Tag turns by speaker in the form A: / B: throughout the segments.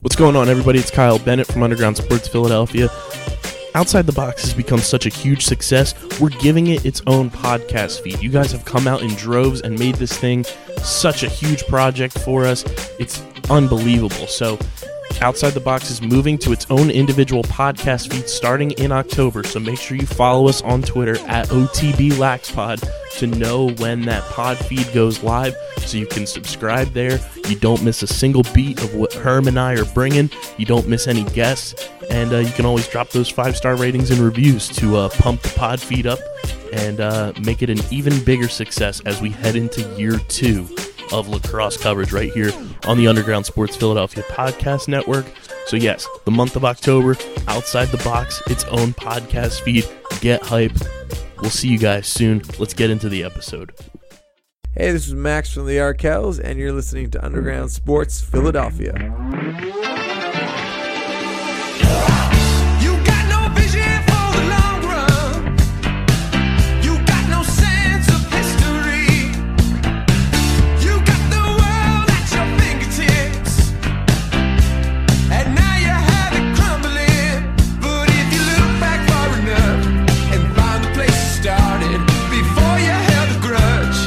A: What's going on, everybody? It's Kyle Bennett from Underground Sports Philadelphia. Outside the Box has become such a huge success, we're giving it its own podcast feed. You guys have come out in droves and made this thing such a huge project for us. It's unbelievable. So, Outside the Box is moving to its own individual podcast feed starting in October. So make sure you follow us on Twitter at OTB LaxPod to know when that pod feed goes live so you can subscribe there. You don't miss a single beat of what Herm and I are bringing, you don't miss any guests, and uh, you can always drop those five star ratings and reviews to uh, pump the pod feed up and uh, make it an even bigger success as we head into year two of lacrosse coverage right here on the Underground Sports Philadelphia Podcast Network. So, yes, the month of October, outside the box, its own podcast feed. Get hype. We'll see you guys soon. Let's get into the episode.
B: Hey, this is Max from the Arkells, and you're listening to Underground Sports Philadelphia.
C: You got no vision for the long run. You got no sense of history. You got the world at your fingertips. And now you have it crumbling. But if you look back far enough and find the place you started before you held a grudge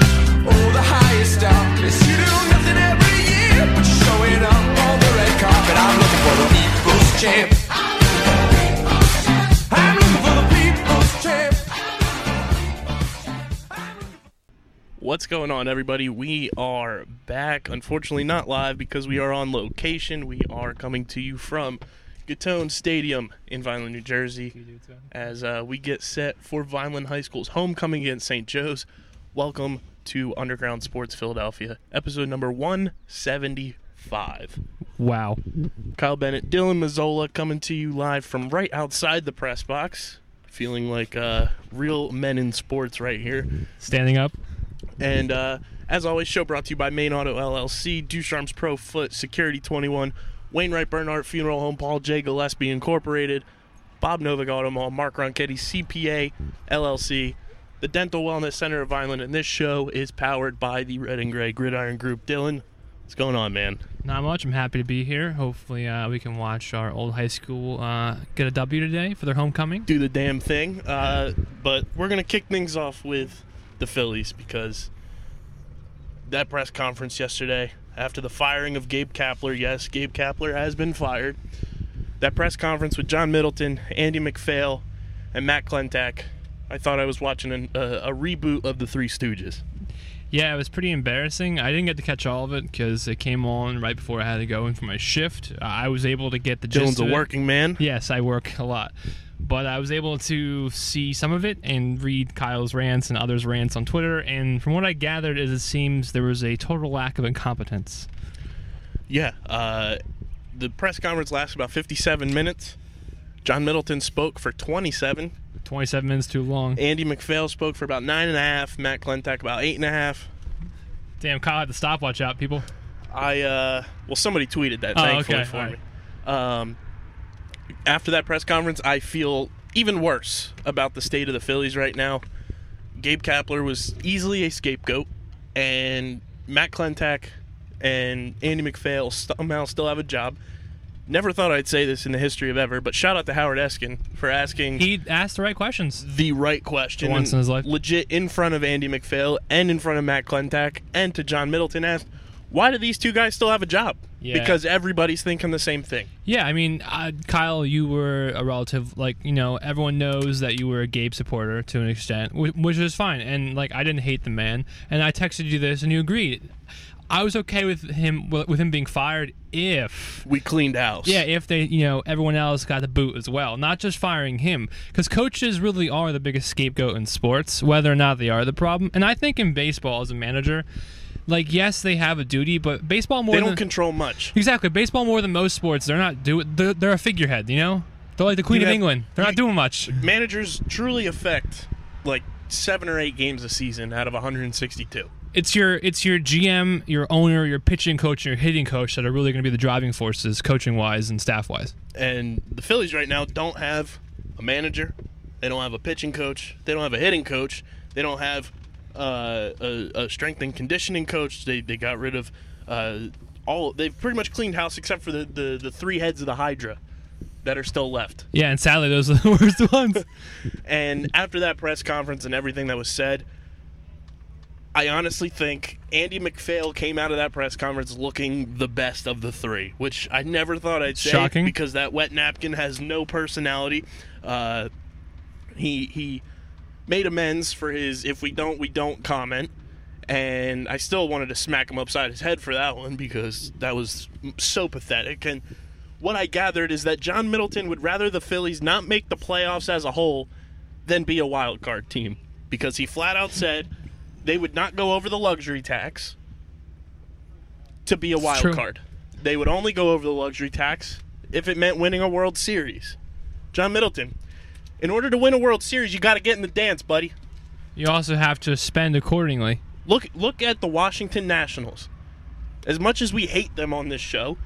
C: or the highest darkness, you do nothing every year but you're showing up on the red carpet. I'm looking for the people's champ. I'm looking for the people's champ.
A: What's going on, everybody? We are back. Unfortunately, not live because we are on location. We are coming to you from Gatone Stadium in Vineland, New Jersey, as uh, we get set for Vineland High School's homecoming against St. Joe's. Welcome to Underground Sports Philadelphia, episode number 175.
D: Wow.
A: Kyle Bennett, Dylan Mazzola coming to you live from right outside the press box. Feeling like uh, real men in sports right here.
D: Standing up.
A: And uh, as always, show brought to you by Main Auto LLC, Ducharme's Pro Foot, Security 21, Wainwright Bernhardt Funeral Home, Paul J. Gillespie Incorporated, Bob Novak Auto Mall, Mark Ronchetti, CPA LLC, the Dental Wellness Center of Vineland, and this show is powered by the Red and Gray Gridiron Group. Dylan, what's going on, man?
D: Not much. I'm happy to be here. Hopefully, uh, we can watch our old high school uh, get a W today for their homecoming.
A: do the damn thing. Uh, but we're gonna kick things off with the Phillies because that press conference yesterday after the firing of Gabe Kapler. Yes, Gabe Kapler has been fired. That press conference with John Middleton, Andy McPhail, and Matt Klentak. I thought I was watching an, uh, a reboot of the Three Stooges.
D: Yeah, it was pretty embarrassing. I didn't get to catch all of it because it came on right before I had to go in for my shift. Uh, I was able to get the gist
A: Dylan's a
D: of it.
A: working man.
D: Yes, I work a lot. But I was able to see some of it and read Kyle's rants and others' rants on Twitter. And from what I gathered, is it seems there was a total lack of incompetence.
A: Yeah. Uh, the press conference lasted about 57 minutes. John Middleton spoke for 27.
D: 27 minutes too long.
A: Andy McPhail spoke for about nine and a half. Matt Klentak about eight and a half.
D: Damn, Kyle had the stopwatch out, people.
A: I uh, well, somebody tweeted that
D: Oh,
A: thankfully
D: okay,
A: for
D: all
A: me. Um, after that press conference, I feel even worse about the state of the Phillies right now. Gabe Kapler was easily a scapegoat, and Matt Klentak and Andy McPhail somehow still have a job. Never thought I'd say this in the history of ever, but shout out to Howard Eskin for asking
D: He asked the right questions.
A: the right question.
D: For once in his life.
A: Legit in front of Andy McPhail and in front of Matt Klentak and to John Middleton asked, why do these two guys still have a job?
D: Yeah.
A: Because everybody's thinking the same thing.
D: Yeah, I mean, uh, Kyle, you were a relative. Like, you know, everyone knows that you were a Gabe supporter to an extent, which, which is fine. And like, I didn't hate the man, and I texted you this, and you agreed. I was okay with him with him being fired if
A: We cleaned house.
D: yeah if they you know everyone else got the boot as well, not just firing him because coaches really are the biggest scapegoat in sports, whether or not they are the problem. And I think in baseball as a manager, like yes, they have a duty, but baseball more
A: They
D: than,
A: don't control much.
D: Exactly. Baseball more than most sports. They're not do. They're, they're a figurehead. You know. They're like the Queen
A: You
D: of
A: have-
D: England. They're not doing much.
A: Managers truly affect like seven or eight games a season out of 162.
D: It's your it's your GM, your owner, your pitching coach, and your hitting coach that are really going to be the driving forces, coaching wise and staff wise.
A: And the Phillies right now don't have a manager. They don't have a pitching coach. They don't have a hitting coach. They don't have uh, a, a strength and conditioning coach. They, they got rid of uh,
E: all they've pretty much cleaned house except for the, the, the three heads of the Hydra that are still left.
D: Yeah, and sadly, those are the worst ones.
E: And after that press conference and everything that was said, I honestly think Andy McPhail came out of that press conference looking the best of the three, which I never thought I'd say
D: Shocking.
E: because that wet napkin has no personality. Uh, he he made amends for his if we don't we don't comment. And I still wanted to smack him upside his head for that one because that was so pathetic. And what I gathered is that John Middleton would rather the Phillies not make the playoffs as a whole than be a wild card team because he flat out said they would not go over the luxury tax to be a wild
D: true.
E: card. They would only go over the luxury tax if it meant winning a World Series. John Middleton, in order to win a World Series, you got to get in the dance, buddy.
D: You also have to spend accordingly.
E: Look look at the Washington Nationals. As much as we hate them on this show,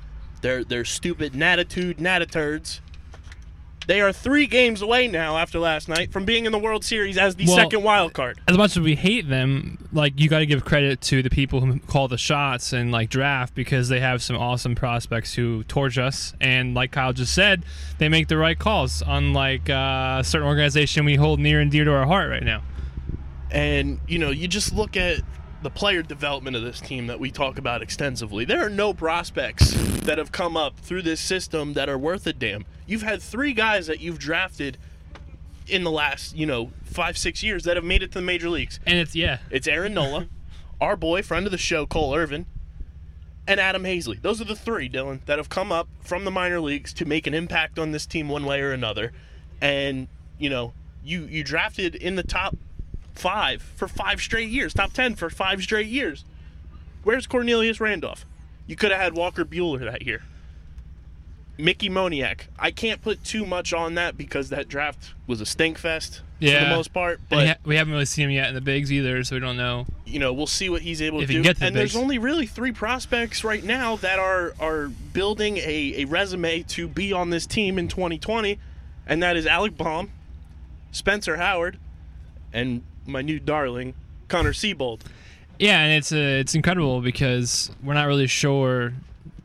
E: they're they're stupid natitude natiturds. They are three games away now after last night from being in the World Series as the
D: Well,
E: second wild card.
D: As much as we hate them, like you got to give credit to the people who call the shots and like draft because they have some awesome prospects who torch us. And like Kyle just said, they make the right calls. Unlike uh, a certain organization we hold near and dear to our heart right now.
E: And you know, you just look at the player development of this team that we talk about extensively. There are no prospects that have come up through this system that are worth a damn. You've had three guys that you've drafted in the last, you know, five, six years that have made it to the major leagues.
D: And it's yeah,
E: It's Aaron Nola, our boy, friend of the show, Cole Irvin, and Adam Hazley. Those are the three, Dylan, that have come up from the minor leagues to make an impact on this team one way or another. And, you know, you, you drafted in the top five for five straight years, top 10 for five straight years. Where's Cornelius Randolph? You could have had Walker Bueller that year. Mickey Moniak. I can't put too much on that because that draft was a stink fest for
D: Yeah.
E: the most part.
D: And
E: But
D: ha- we haven't really seen him yet in the bigs either, so we don't know.
E: you know, we'll see what he's able
D: If
E: to
D: he can
E: do.
D: get to the
E: and there's
D: bigs.
E: only really three prospects right now that are are building a, a resume to be on this team in 2020, and that is Alec Baum, Spencer Howard, and my new darling Connor Siebold.
D: Yeah, and it's uh, it's incredible because we're not really sure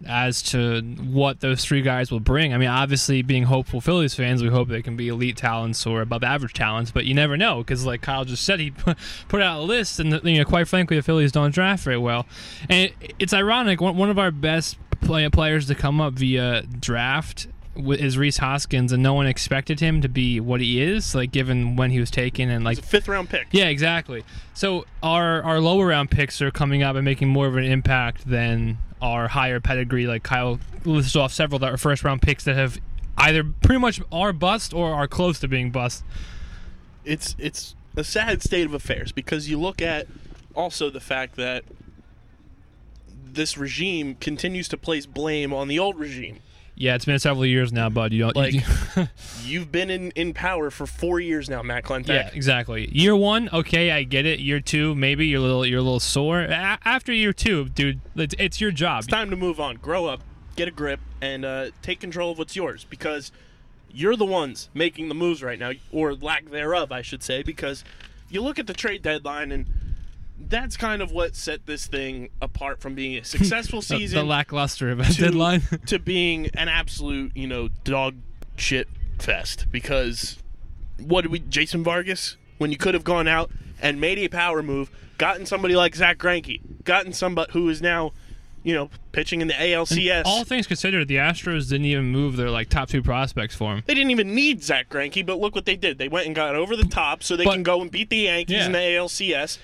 D: as to what those three guys will bring. I mean, obviously, being hopeful Phillies fans, we hope they can be elite talents or above average talents, but you never know because, like Kyle just said, he pu- put out a list, and you know, quite frankly, the Phillies don't draft very well. And it- it's ironic. One one of our best play- players to come up via draft wi- is Reese Hoskins, and no one expected him to be what he is, like given when he was taken and like
E: It's a fifth round pick.
D: yeah, exactly. So our our lower round picks are coming up and making more of an impact than our higher pedigree. Like Kyle listed off several that are first round picks that have either pretty much are bust or are close to being bust.
E: it's it's a sad state of affairs because you look at also the fact that this regime continues to place blame on the old regime.
D: Yeah, it's been several years now, bud. You don't
E: Like-
D: you-
E: You've been in, in power for four years now, Matt Clentak.
D: yeah, exactly. Year one, okay, I get it. Year two, maybe you're a little you're a little sore. A- after year two, dude, it's, it's your job.
E: It's time to move on. Grow up, get a grip, and uh, take control of what's yours because you're the ones making the moves right now, or lack thereof, I should say, because you look at the trade deadline and that's kind of what set this thing apart from being a successful
D: The-
E: season
D: the lackluster of a
E: to-
D: deadline.
E: to being an absolute, you know, dog shit fest. Because what did we, Jason Vargas, when you could have gone out and made a power move, gotten somebody like Zach Granke, gotten somebody who is now, you know, pitching in the ALCS.
D: All things considered, the Astros didn't even move their like top two prospects for him.
E: they didn't even need Zach Granke, but look what they did. They went and got over the top so they
D: But-
E: can go and beat the Yankees
D: Yeah.
E: in the ALCS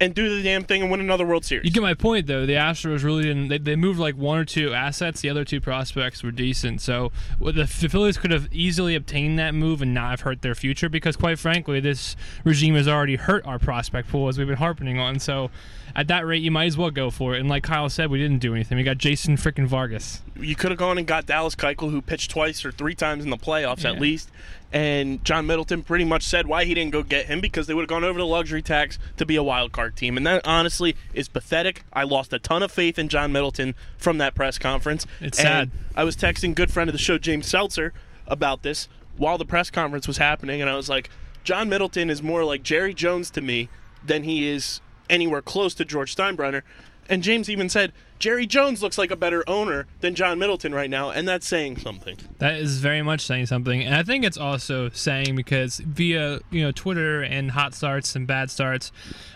E: and do the damn thing and win another World Series.
D: You get my point, though. The Astros really didn't. They, they moved like one or two assets. The other two prospects were decent. So well, the Phillies could have easily obtained that move and not have hurt their future because, quite frankly, this regime has already hurt our prospect pool as we've been harping on. So at that rate, you might as well go for it. And like Kyle said, we didn't do anything. We got Jason freaking Vargas.
E: you could have gone and got Dallas Keuchel, who pitched twice or three times in the playoffs at
D: Yeah.
E: least. And John Middleton pretty much said why he didn't go get him because they would have gone over the luxury tax to be a wild card team. And that honestly is pathetic. I lost a ton of faith in John Middleton from that press conference.
D: It's
E: And
D: sad.
E: I was texting good friend of the show James Seltzer about this while the press conference was happening, and I was like, John Middleton is more like Jerry Jones to me than he is anywhere close to George Steinbrenner. And James even said Jerry Jones looks like a better owner than John Middleton right now, and that's saying something.
D: That is very much saying something, and I think it's also saying because via you know Twitter and hot starts and bad starts,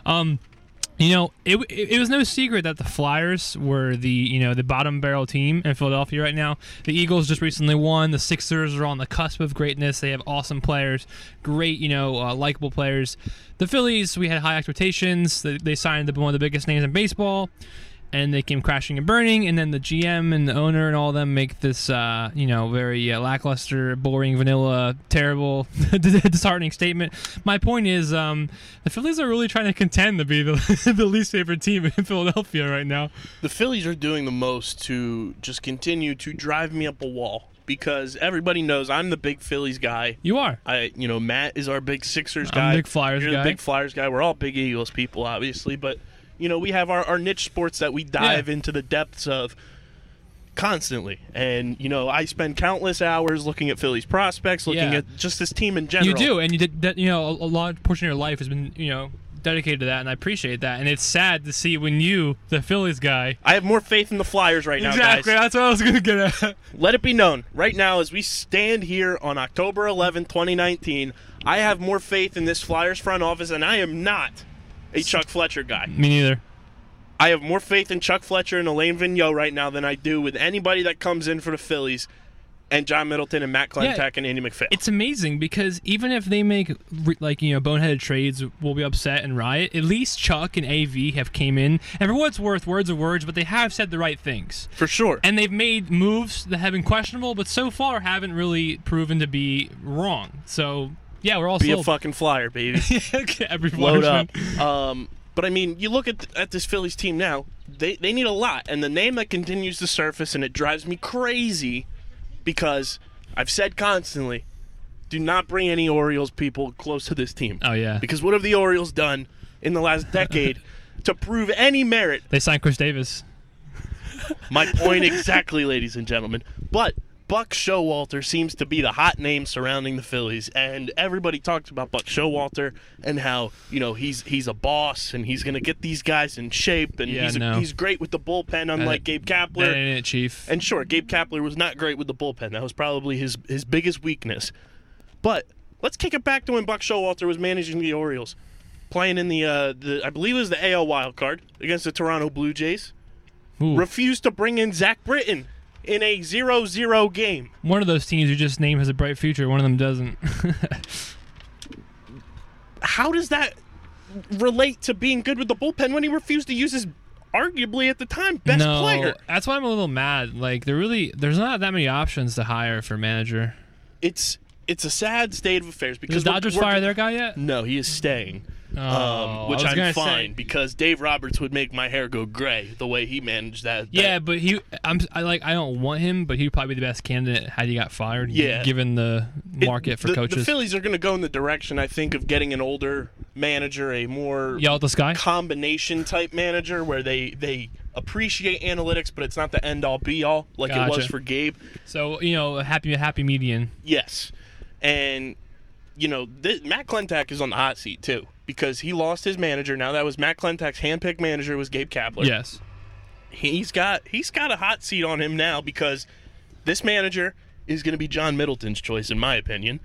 D: um, you know it, it it was no secret that the Flyers were the you know the bottom barrel team in Philadelphia right now. The Eagles just recently won. The Sixers are on the cusp of greatness. They have awesome players, great you know uh, likable players. The Phillies we had high expectations. They, they signed the, one of the biggest names in baseball and they came crashing and burning and then the gm and the owner and all them make this uh, you know very uh, lackluster boring vanilla terrible disheartening statement my point is um, the phillies are really trying to contend to be the, the least favorite team in philadelphia right now
E: The Phillies are doing the most to just continue to drive me up a wall because everybody knows I'm the big Phillies guy.
D: you are
E: I, you know, Matt is our big Sixers
D: I'm
E: guy.
D: big Flyers
E: You're
D: guy.
E: the big Flyers guy. We're all big Eagles people, obviously, but you know we have our, our niche sports that we dive
D: Yeah.
E: into the depths of constantly. And you know, I spend countless hours looking at Phillies prospects, looking
D: Yeah.
E: at just this team in general.
D: You do, and you did that. You know, a, a large portion of your life has been, you know, dedicated to that, and I appreciate that. And it's sad to see when you, the Phillies guy,
E: I have more faith in the Flyers right now,
D: exactly.
E: guys.
D: That's what I was gonna get at.
E: Let it be known right now as we stand here on October 11, 2019, I have more faith in this Flyers front office and I am not a Chuck Fletcher guy.
D: Me neither.
E: I have more faith in Chuck Fletcher and Elaine Vigneault right now than I do with anybody that comes in for the Phillies and John Middleton and Matt Klentak
D: Yeah,
E: and Andy McPhail.
D: It's amazing because even if they make re- like you know boneheaded trades, we'll be upset and riot. At least Chuck and AV have came in, and for what's worth, words are words, but they have said the right things.
E: for sure.
D: And they've made moves that have been questionable, but so far haven't really proven to be wrong. So yeah, we're all
E: be a
D: sold.
E: fucking flyer, baby.
D: Every
E: Load
D: Flyers fan.
E: up. Um, but I mean, you look at at this Phillies team now. They they need a lot, and the name that continues to surface, and it drives me crazy, because I've said constantly, do not bring any Orioles people close to this team.
D: Oh yeah,
E: Because what have the Orioles done in the last decade to prove any merit
D: They signed Chris Davis.
E: My point exactly, ladies and gentlemen. But Buck Showalter seems to be the hot name surrounding the Phillies, and everybody talks about Buck Showalter and how you know he's he's a boss and he's going to get these guys in shape, and
D: Yeah,
E: he's
D: no.
E: he's great with the bullpen, unlike Gabe
D: That
E: Kapler.
D: ain't it, Chief.
E: And sure, Gabe Kapler was not great with the bullpen. That was probably his his biggest weakness. But let's kick it back to when Buck Showalter was managing the Orioles, playing in the uh, the I believe it was the AL wild card against the Toronto Blue Jays
D: Ooh,
E: refused to bring in Zach Britton in a 0-0 game.
D: one of those teams you just named has a bright future. One of them doesn't.
E: How does that relate to being good with the bullpen when he refused to use his arguably at the time best
D: no,
E: player?
D: that's why I'm a little mad. Like there really, there's not that many options to hire for manager.
E: It's it's a sad state of affairs
D: Did the
E: because we're-
D: Dodgers
E: we're-
D: fire their guy yet?
E: No, he is staying.
D: Oh,
E: um, which
D: I was
E: I'm
D: gonna say-
E: fine because Dave Roberts would make my hair go gray the way he managed that. that-
D: Yeah, but he, I'm I like I don't want him, but he'd probably be the best candidate had he got fired. g-
E: Yeah.
D: given the
E: it-
D: market for
E: the, The
D: coaches.
E: Phillies are going to go in the direction I think of getting an older manager, a more
D: Yell at the sky.
E: combination type manager where they they appreciate analytics, but it's not the end all be all like it was
D: Gotcha.
E: for Gabe.
D: So you know, a happy a happy median.
E: Yes, and you know th- Matt Klentak is on the hot seat too because he lost his manager. Now that was Matt Klentak's handpicked manager was Gabe Kapler.
D: Yes.
E: he's got he's got a hot seat on him now because this manager is going to be John Middleton's choice in my opinion.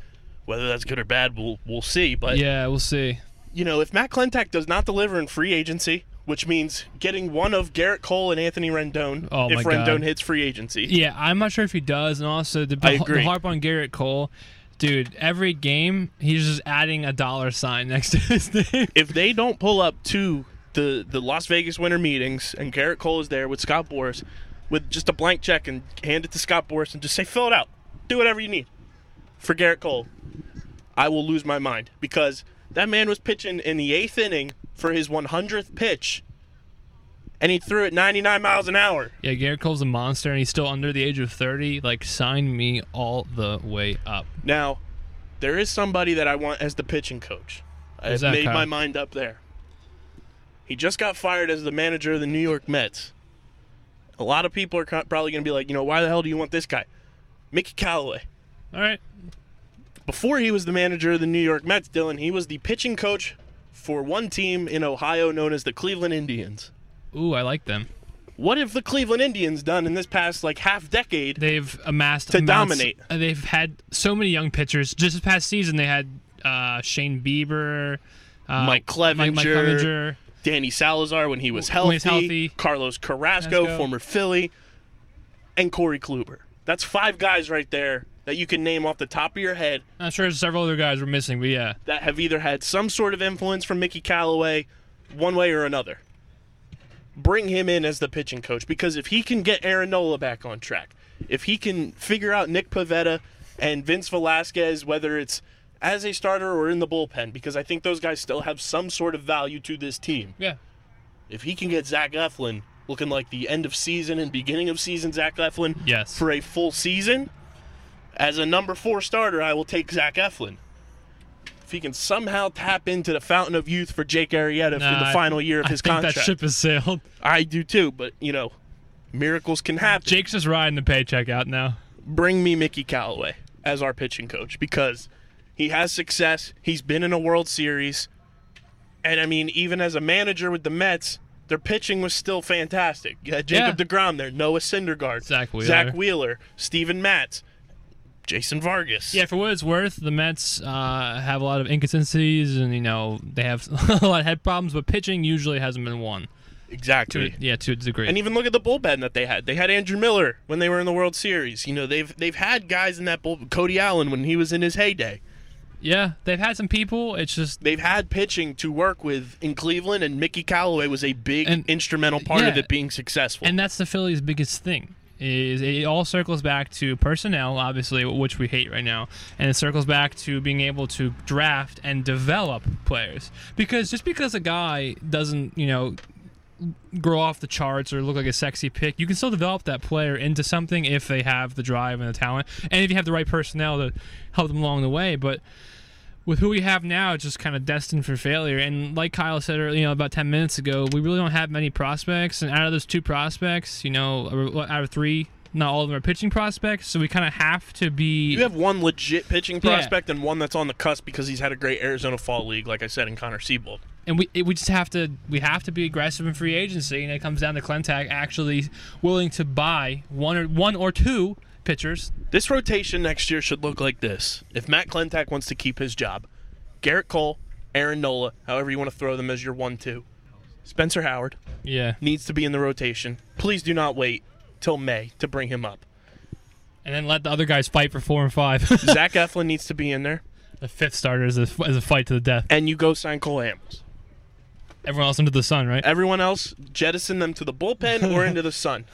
E: Whether that's good or bad, we'll we'll see. But
D: Yeah, we'll see.
E: you know, if Matt Klentak does not deliver in free agency, which means getting one of Garrett Cole and Anthony Rendon
D: Oh,
E: if
D: my
E: Rendon
D: God.
E: hits free agency.
D: Yeah, I'm not sure if he does. And also, the,
E: I
D: the,
E: agree.
D: harp on Garrett Cole, dude, every game, he's just adding a dollar sign next to his name.
E: If they don't pull up to the, the Las Vegas winter meetings and Garrett Cole is there with Scott Boris with just a blank check and hand it to Scott Boris and just say, fill it out. Do whatever you need for Garrett Cole, I will lose my mind because that man was pitching in the eighth inning for his 100th pitch and he threw it 99 miles an hour.
D: Yeah, Garrett Cole's a monster, and he's still under the age of 30. Like, sign me all the way up.
E: Now, there is somebody that I want as the pitching coach. I've
D: Who's that,
E: made
D: Kyle?
E: my mind up there. He just got fired as the manager of the New York Mets. A lot of people are co- probably going to be like, you know, why the hell do you want this guy? Mickey Callaway.
D: All right.
E: Before he was the manager of the New York Mets, Dylan, he was the pitching coach for one team in Ohio known as the Cleveland Indians.
D: Ooh, I like them.
E: What have the Cleveland Indians done in this past like half decade?
D: They've amassed
E: To
D: amounts-
E: dominate.
D: uh, They've had so many young pitchers. Just this past season, they had uh, Shane Bieber, uh,
E: Mike
D: Mike, Mike
E: Clevenger.
D: Clevenger.
E: Danny Salazar when he was healthy,
D: When he's healthy.
E: Carlos Carrasco,
D: Carrasco.
E: former Philly, and Corey Kluber. That's five guys right there that you can name off the top of your head
D: I'm sure several other guys were missing, but yeah,
E: that have either had some sort of influence from Mickey Callaway, one way or another. Bring him in as the pitching coach because if he can get Aaron Nola back on track, if he can figure out Nick Pavetta and Vince Velasquez, whether it's as a starter or in the bullpen, because I think those guys still have some sort of value to this team.
D: yeah.
E: If he can get Zach Eflin looking like the end of season and beginning of season Zach Eflin
D: Yes.
E: for a full season, as a number four starter, I will take Zach Eflin. If he can somehow tap into the fountain of youth for Jake Arrieta for
D: Nah,
E: the final year of
D: Uh, I
E: his
D: think
E: contract,
D: that ship has sailed.
E: I do too. But you know, miracles can happen.
D: Jake's just riding the paycheck out now.
E: bring me Mickey Callaway as our pitching coach because he has success. He's been in a World Series. And I mean, even as a manager with the Mets, their pitching was still fantastic. You had Jacob
D: Yeah.
E: DeGrom there, Noah Syndergaard,
D: Zach Wheeler.
E: Zach Wheeler, Steven Matz, Jason Vargas.
D: Yeah, for what it's worth, the Mets uh, have a lot of inconsistencies, and you know they have a lot of head problems. But pitching usually hasn't been one. To a-
E: exactly.
D: yeah, to a degree.
E: And even look at the bullpen that they had. They had Andrew Miller when they were in the World Series. You know, they've they've had guys in that bullpen. Cody Allen when he was in his heyday.
D: yeah, they've had some people. It's just
E: they've had pitching to work with in Cleveland, and Mickey Callaway was a big
D: And-
E: instrumental part of
D: yeah.
E: it being successful.
D: and that's the Phillies' biggest thing. Is it all circles back to personnel, obviously, which we hate right now, and it circles back to being able to draft and develop players. Because just because a guy doesn't, you know, grow off the charts or look like a sexy pick, you can still develop that player into something if they have the drive and the talent, and if you have the right personnel to help them along the way. But with who we have now, it's just kind of destined for failure. And like Kyle said earlier, you know, about 10 minutes ago, we really don't have many prospects. And out of those two prospects, you know, or out of three, not all of them are pitching prospects. So we kind of have to be.
E: you have one legit pitching
D: Yeah.
E: prospect and one that's on the cusp because he's had a great Arizona Fall League, like I said, in Connor Siebold.
D: and we it- we just have to we have to be aggressive in free agency, and it comes down to Clentac actually willing to buy one or one or two pitchers.
E: This rotation next year should look like this. If Matt Klentak wants to keep his job, Garrett Cole, Aaron Nola, however you want to throw them as your one two. Spencer Howard
D: Yeah,
E: needs to be in the rotation. Please do not wait till May to bring him up.
D: and then let the other guys fight for four and five.
E: Zach Eflin needs to be in there.
D: the fifth starter is a, is a fight to the death.
E: And you go sign Cole Hamels.
D: Everyone else under the sun, right?
E: Everyone else, jettison them to the bullpen or into the sun.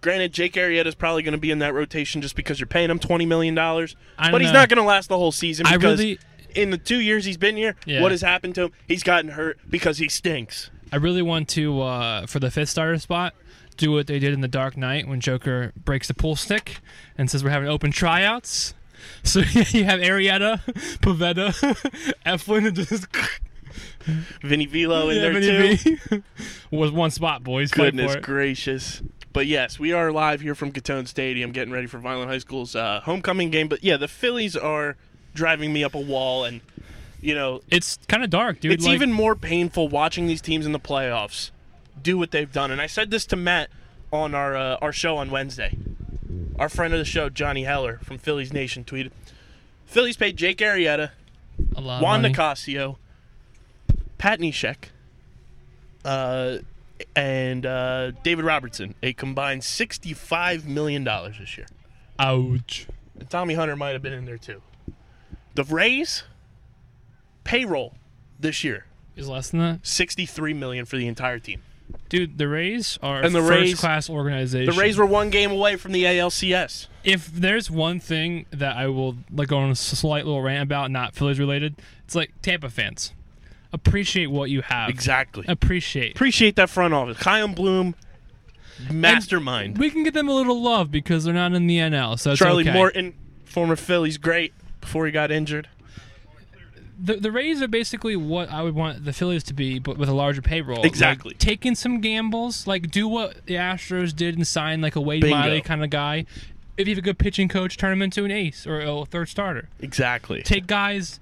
E: Granted, Jake Arrieta is probably going to be in that rotation just because you're paying him twenty million dollars,
D: I don't
E: but he's
D: know.
E: not going to last the whole season.
D: I
E: Because
D: really-
E: in the two years he's been here,
D: Yeah.
E: what has happened to him? He's gotten hurt because he stinks.
D: I really want to uh, for the fifth starter spot. Do what they did in the Dark Knight when Joker breaks the pool stick and says we're having open tryouts. So you have Arietta, Pavetta, Eflin, and just
E: Vinny Velo in there too.
D: Ebony V. was one spot, boys. Fight
E: Goodness
D: for it.
E: gracious. But yes, we are live here from Catone Stadium getting ready for Violent High School's uh, homecoming game. But yeah, the Phillies are driving me up a wall, and, you know,
D: It's kind of dark, dude.
E: it's
D: like-
E: even more painful watching these teams in the playoffs do what they've done. And I said this to Matt on our uh, our show on Wednesday. Our friend of the show, Johnny Heller from Phillies Nation, tweeted: Phillies paid Jake Arrieta,
D: a lot of
E: Juan
D: money.
E: Nicasio, Pat Neshek, uh, and uh, David Robertson, a combined sixty-five million dollars this year.
D: Ouch.
E: And Tommy Hunter might have been in there too. The Rays payroll this year
D: Is less than that,
E: 63 million for the entire team.
D: dude. The Rays are
E: And the
D: first
E: Rays-
D: class
E: The
D: organization.
E: Rays were one game away from the ALCS.
D: if there's one thing that I will like go on a slight little rant about, not Phillies related, it's like Tampa fans appreciate what you have.
E: Exactly.
D: Appreciate.
E: Appreciate that front office. Kyan Bloom, mastermind.
D: We can get them a little love because they're not in the NL. So it's
E: Charlie
D: okay.
E: Morton, former Phillies great before he got injured.
D: The, the Rays are basically what I would want the Phillies to be, but with a larger payroll.
E: Exactly.
D: Like, taking some gambles, like do what the Astros did and sign like a Wade
E: Bingo.
D: Miley kind of guy. If you have a good pitching coach, turn him into an ace or a third starter.
E: Exactly.
D: take guys.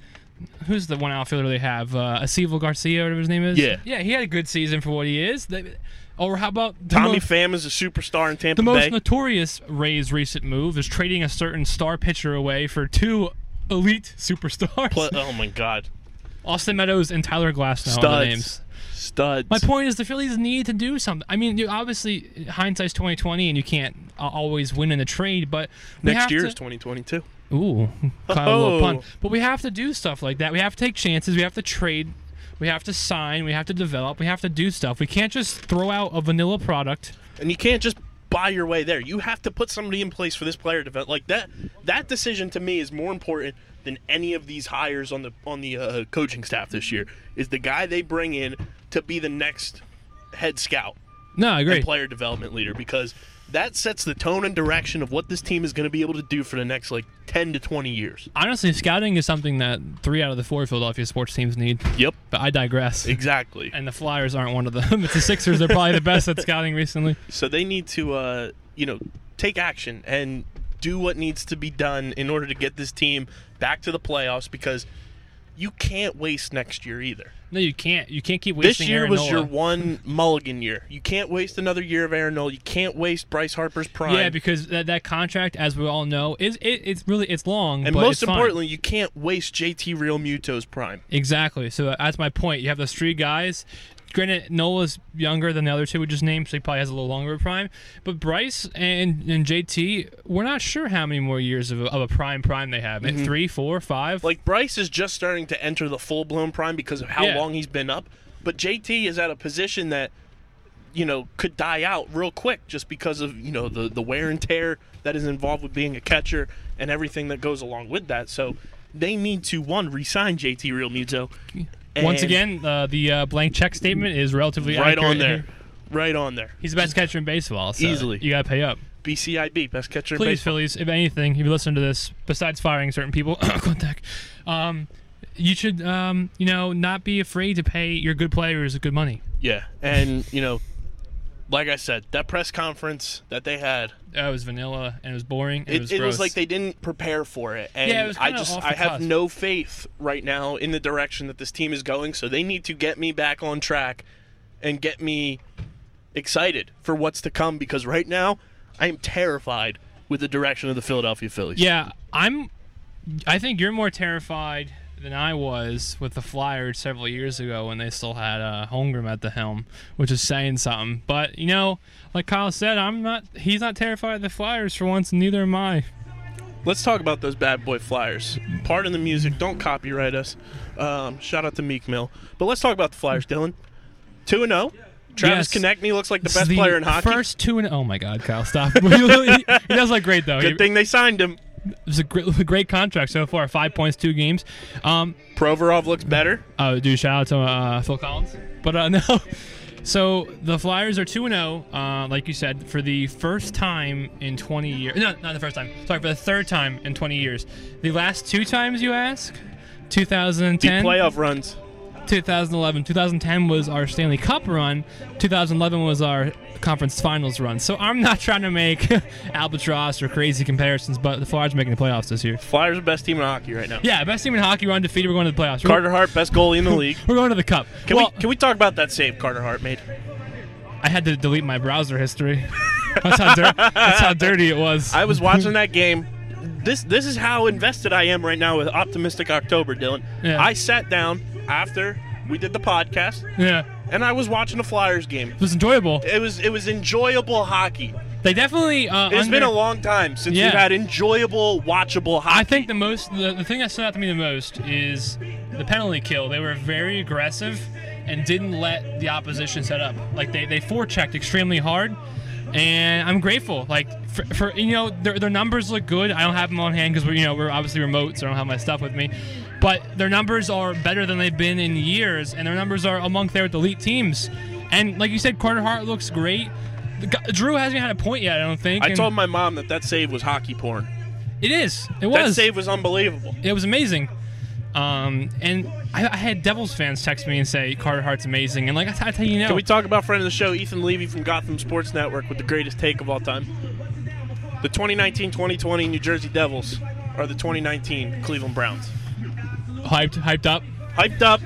D: Who's the one outfielder they have? Uh, Aceval Garcia, whatever his name is.
E: Yeah.
D: yeah, he had a good season for what he is. They, Or how about the
E: Tommy
D: most-
E: Pham is a superstar in Tampa
D: The most
E: Bay.
D: notorious Rays recent move is trading a certain star pitcher away for two elite superstars.
E: Pla- oh my God,
D: Austin Meadows and Tyler Glass now are the
E: Studs.
D: names.
E: studs.
D: My point is the Phillies need to do something. I mean, you obviously hindsight's twenty twenty, and you can't uh, always win in the trade. But we
E: Next
D: have
E: year
D: to-
E: is 2022.
D: Ooh, Kyle will
E: Oh.
D: punt. But we have to do stuff like that. We have to take chances. We have to trade. We have to sign. We have to develop. We have to do stuff. We can't just throw out a vanilla product.
E: and you can't just buy your way there. You have to put somebody in place for this player develop. Like that, that decision to me is more important than any of these hires on the on the uh, coaching staff this year. Is the guy they bring in to be the next head scout
D: No, I agree.
E: and player development leader because that sets the tone and direction of what this team is going to be able to do for the next like 10 to 20 years.
D: Honestly, scouting is something that three out of the four Philadelphia sports teams need.
E: Yep,
D: But I digress.
E: exactly.
D: And the Flyers aren't one of them. It's the Sixers. They're probably the best at scouting recently.
E: So they need to, uh, you know, take action and do what needs to be done in order to get this team back to the playoffs because you can't waste next year either.
D: No, you can't. You can't keep
E: This
D: wasting
E: year was
D: Aaron
E: your
D: Nola.
E: one mulligan year. You can't waste another year of Aaron Nola. You can't waste Bryce Harper's prime.
D: Yeah, because that, that contract, as we all know, is it, it's really it's long.
E: and
D: but
E: most
D: it's fine.
E: importantly, you can't waste JT Real Muto's prime.
D: exactly. So uh, that's my point. You have those three guys. Granted, Nola's younger than the other two we just named, so he probably has a little longer prime. But Bryce and, and JT, we're not sure how many more years of a, of a prime prime they have. Three, four, five.
E: Mm-hmm. Like Bryce is just starting to enter the full blown prime because of how
D: Yeah.
E: long he's been up. But JT is at a position that, you know, could die out real quick just because of, you know, the, the wear and tear that is involved with being a catcher and everything that goes along with that. So they need to one re-sign JT Real Muto.
D: once
E: and
D: again, uh, the uh, blank check statement is relatively
E: right
D: accurate
E: on there.
D: here.
E: Right on there.
D: He's the best catcher in baseball. So
E: Easily.
D: you gotta pay up.
E: BCIB, best catcher in
D: please,
E: baseball.
D: Phillies, if anything, if you listen to this, besides firing certain people, contact, um, you should, um, you know, not be afraid to pay your good players good money.
E: Yeah. And, you know, like I said, that press conference that they had
D: Uh, it was vanilla and it was boring. And it,
E: it,
D: was
E: it
D: gross.
E: was like they didn't prepare for it and
D: Yeah, it was
E: i
D: kinda
E: just
D: off the
E: i have
D: cusp.
E: no faith right now in the direction that this team is going so they need to get me back on track and get me excited for what's to come because right now i am terrified with the direction of the philadelphia phillies
D: Yeah, I'm. I think you're more terrified than I was with the Flyers several years ago when they still had uh, Holmgren at the helm, which is saying something. But you know, like Kyle said, I'm not. He's not terrified of the Flyers for once, and neither am I.
E: let's talk about those bad boy flyers pardon the music don't copyright us um, shout out to meek mill but let's talk about the flyers dylan 2-0
D: Yes.
E: travis konechny looks like the
D: This
E: best
D: is
E: player in hockey
D: First two and oh my God, Kyle, stop! he does look great though.
E: good thing they signed him
D: It's a great, great contract so far. Five points, two games. Um,
E: provorov looks better
D: uh, dude, shout out to uh, Phil Collins. But uh, no. So the Flyers are 2 0, uh, like you said, for the first time in 20 years. No, not the first time. Sorry, for the third time in 20 years. The last two times, you ask?
E: the
D: 2010,
E: playoff runs
D: 2011. 2010 was our Stanley Cup run, 2011 was our conference finals run. So I'm not trying to make albatross or crazy comparisons, but the Flyers are making the playoffs this year.
E: Flyers are best team in hockey right now.
D: Yeah, best team in hockey. We're undefeated. We're going to the playoffs. We're-
E: Carter Hart, best goalie in the league.
D: We're going to the cup.
E: Can
D: well,
E: we can we talk about that save Carter Hart made?
D: I had to delete my browser history. That's how, dir- that's how dirty it was.
E: I was watching that game. This this is how invested I am right now with optimistic October, Dylan.
D: Yeah.
E: I sat down after we did the podcast
D: yeah,
E: and I was watching the Flyers game.
D: it was enjoyable.
E: It was it was enjoyable hockey.
D: They definitely. Uh,
E: It's been
D: under-
E: a long time since
D: Yeah.
E: we've had enjoyable, watchable hockey.
D: I think the most the, the thing that stood out to me the most is the penalty kill. They were very aggressive and didn't let the opposition set up. Like they they forechecked extremely hard, and I'm grateful. Like for, for you know their, their numbers look good. I don't have them on hand because we're you know we're obviously remote, so I don't have my stuff with me. But their numbers are better than they've been in years, and their numbers are among their elite teams. And like you said, Carter Hart looks great. The guy- Drew hasn't had a point yet, I don't think.
E: I
D: and
E: told my mom that that save was hockey porn.
D: it is. It
E: That
D: was
E: save was unbelievable.
D: it was amazing. Um, and I, I had Devils fans text me and say Carter Hart's amazing, and like I, I tell you, you know,
E: Can we talk about friend of the show, Ethan Levy from Gotham Sports Network, with the greatest take of all time? The 2019 2020 New Jersey Devils are the 2019 Cleveland Browns.
D: hyped hyped up.
E: Hyped up,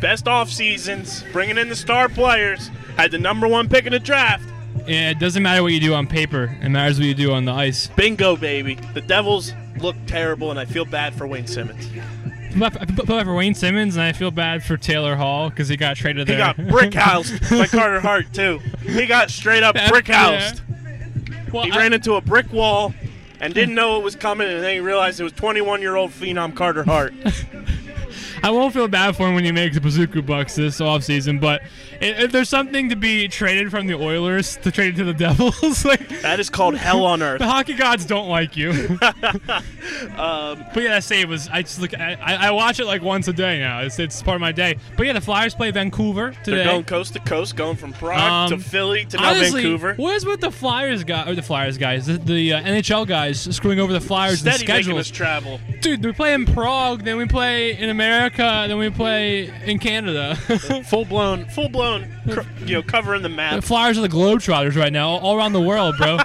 E: best off seasons, bringing in the star players, Had the number one pick in the draft.
D: Yeah, it doesn't matter what you do on paper. It matters what you do on the ice.
E: Bingo, baby. The Devils look terrible, and I feel bad for Wayne Simmons.
D: I put play for Wayne Simmons, and I feel bad for Taylor Hall because he got traded
E: He
D: there.
E: got brick housed by Carter Hart, too. He got straight up
D: That-
E: brick housed.
D: Well,
E: He
D: I-
E: ran into a brick wall and didn't know it was coming, and then he realized it was 21 year old Phenom Carter Hart.
D: I won't feel bad for him when he makes the Bazooka Bucks this offseason, but i- if there's something to be traded from the Oilers to trade to the Devils, like
E: That is called hell on earth.
D: the hockey gods don't like you. Um, but yeah, that save was. I just look. I, I I watch it like once a day now. It's it's part of my day. But yeah, the Flyers play Vancouver today.
E: They're going coast to coast, going from Prague
D: Um,
E: to Philly to now
D: Honestly,
E: Vancouver.
D: where's with the Flyers guy or the Flyers guys, the, the uh, NHL guys screwing over the Flyers and
E: Steady making
D: schedules?
E: us travel.
D: Dude, we play in Prague, then we play in America, then we play in Canada.
E: Full blown, full blown, cr- you know, covering the
D: The
E: map.
D: Flyers are the Globetrotters right now, all around the world, bro.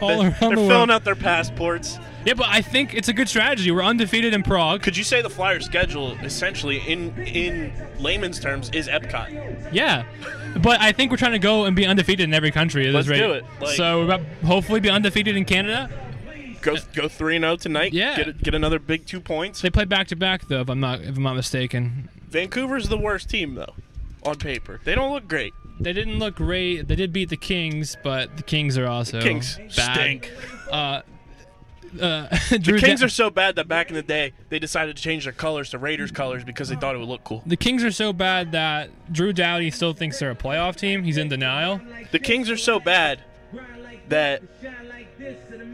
D: all
E: They're
D: around the
E: filling
D: world.
E: out their passports.
D: Yeah, but I think it's a good strategy. We're undefeated in Prague.
E: Could you say the Flyers' schedule, essentially, in in layman's terms, is Epcot?
D: Yeah. But I think we're trying to go and be undefeated in every country at this
E: Let's
D: rate.
E: do it. Like-
D: so we're about hopefully be undefeated in Canada.
E: Go go three and zero tonight.
D: Yeah.
E: Get a- get another big two points.
D: They play back to back though, if I'm not if I'm not mistaken.
E: Vancouver's the worst team though, on paper. They don't look great.
D: They didn't look great. They did beat the Kings, but the Kings are also
E: Kings
D: Oh, bad.
E: stink.
D: Uh, uh, Drew
E: Kings
D: Da-
E: are so bad that back in the day they decided to change their colors to Raiders colors because they thought it would look cool.
D: the Kings are so bad that Drew Dowdy still thinks they're a playoff team. He's in denial.
E: The Kings are so bad that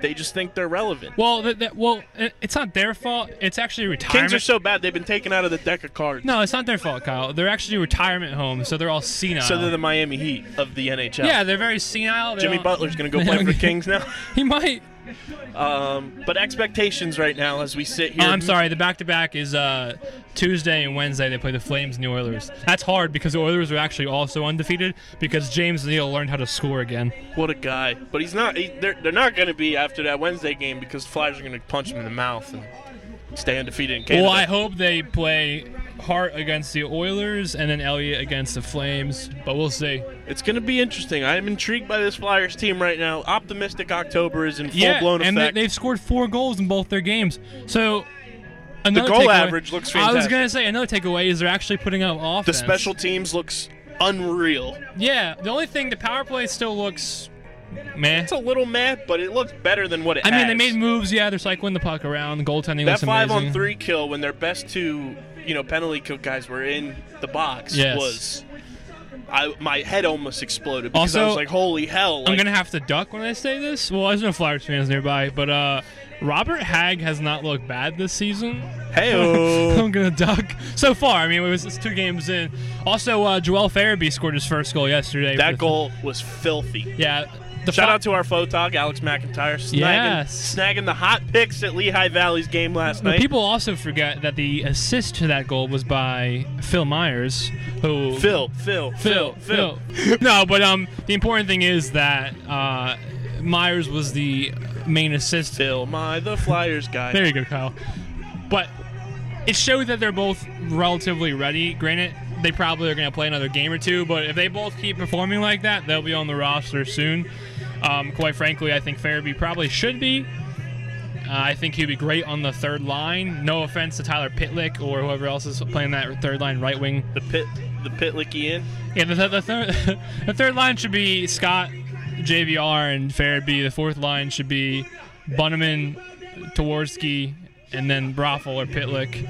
E: they just think they're relevant.
D: Well, that, that, well, it- it's not their fault. It's actually retirement.
E: Kings are so bad they've been taken out of the deck of cards.
D: no, it's not their fault, Kyle. They're actually retirement homes, so they're all senile.
E: So they're the Miami Heat of the NHL.
D: yeah, they're very senile. They
E: Jimmy
D: don't-
E: Butler's gonna go
D: they
E: play
D: don't
E: for the
D: get-
E: Kings now.
D: He might.
E: Um, but expectations right now as we sit
D: Oh,
E: here.
D: I'm sorry. The back to back is uh, Tuesday and Wednesday. They play the Flames and the Oilers. That's hard because the Oilers are actually also undefeated because James Neal learned how to score again.
E: What a guy! But he's not. He, they're, they're not gonna be after that Wednesday game because the Flyers are gonna punch him in the mouth and stay undefeated in Canada.
D: Well, I hope they play Hart against the Oilers and then Elliott against the Flames, but we'll see.
E: It's going to be interesting. I'm intrigued by this Flyers team right now. Optimistic October is in full blown
D: and
E: effect.
D: they, have scored four goals in both their games. So another
E: goal
D: takeaway-
E: average looks
D: I was
E: fantastic.
D: gonna say another takeaway is they're actually putting up offense.
E: the special teams looks unreal.
D: yeah. The only thing the power play still looks meh.
E: It's a little meh, but it looks better than what it
D: I mean, they
E: has.
D: made moves. Yeah, they're cycling the puck around. The goaltending
E: that
D: looks
E: five
D: amazing.
E: on three kill when their best two, you know, penalty kill guys were in the box
D: Yes.
E: was. I my head almost exploded because I
D: Also,
E: was like, "Holy hell!"
D: I'm
E: like,
D: gonna have to duck when I say this. Well, there's no Flyers fans nearby, but uh, Robert Hag has not looked bad this season.
E: hey,
D: I'm gonna duck. So far, I mean, it was it's two games in. Also, uh, Joel Farabee scored his first goal yesterday.
E: that
D: with-
E: goal was filthy.
D: yeah. The
E: Shout
D: Fly-
E: out to our photog, Alex McIntyre, snagging,
D: Yes.
E: snagging the hot picks at Lehigh Valley's game last
D: But
E: night.
D: people also forget that the assist to that goal was by Phil Myers, who
E: Phil, Phil, Phil, Phil.
D: no, but um, the important thing is that uh, Myers was the main assist.
E: Phil, my the Flyers guy.
D: There you go, Kyle. But it showed that they're both relatively ready. Granted, they probably are going to play another game or two, but if they both keep performing like that, they'll be on the roster soon. Um, quite frankly, I think Farabee probably should be. Uh, I think he'd be great on the third line. No offense to Tyler Pitlick or whoever else is playing that third line right wing.
E: The pit, the Pitlicky in.
D: Yeah, the, th- the, third, the third line should be Scott, JVR, and Farabee. The fourth line should be Bunneman, Towarski, and then Broffel or Pitlick.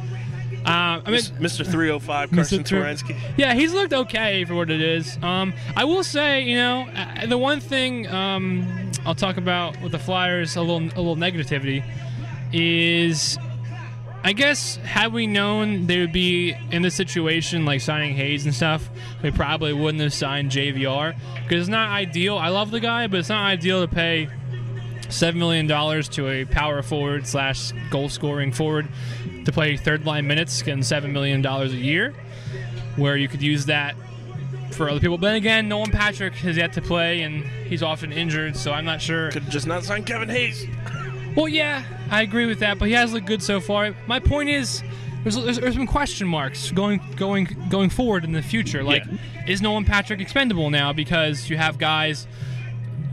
D: Um, I mean,
E: Mr. 305, Carson
D: Tur-
E: Torensky.
D: yeah, he's looked okay for what it is. Um, I will say, you know, uh, the one thing um, I'll talk about with the Flyers, a little, a little negativity, is I guess had we known they would be in this situation, like signing Hayes and stuff, we probably wouldn't have signed JVR because it's not ideal. I love the guy, but it's not ideal to pay seven million dollars to a power forward slash goal scoring forward to play third line minutes, getting seven million dollars a year, where you could use that for other people. But then again, Nolan Patrick has yet to play, and he's often injured, so I'm not sure.
E: Could just not sign Kevin Hayes.
D: Well, yeah, I agree with that, but he has looked good so far. My point is, There's, there's, there's some question marks going going going forward in the future. Like, is Nolan Patrick expendable now because you have guys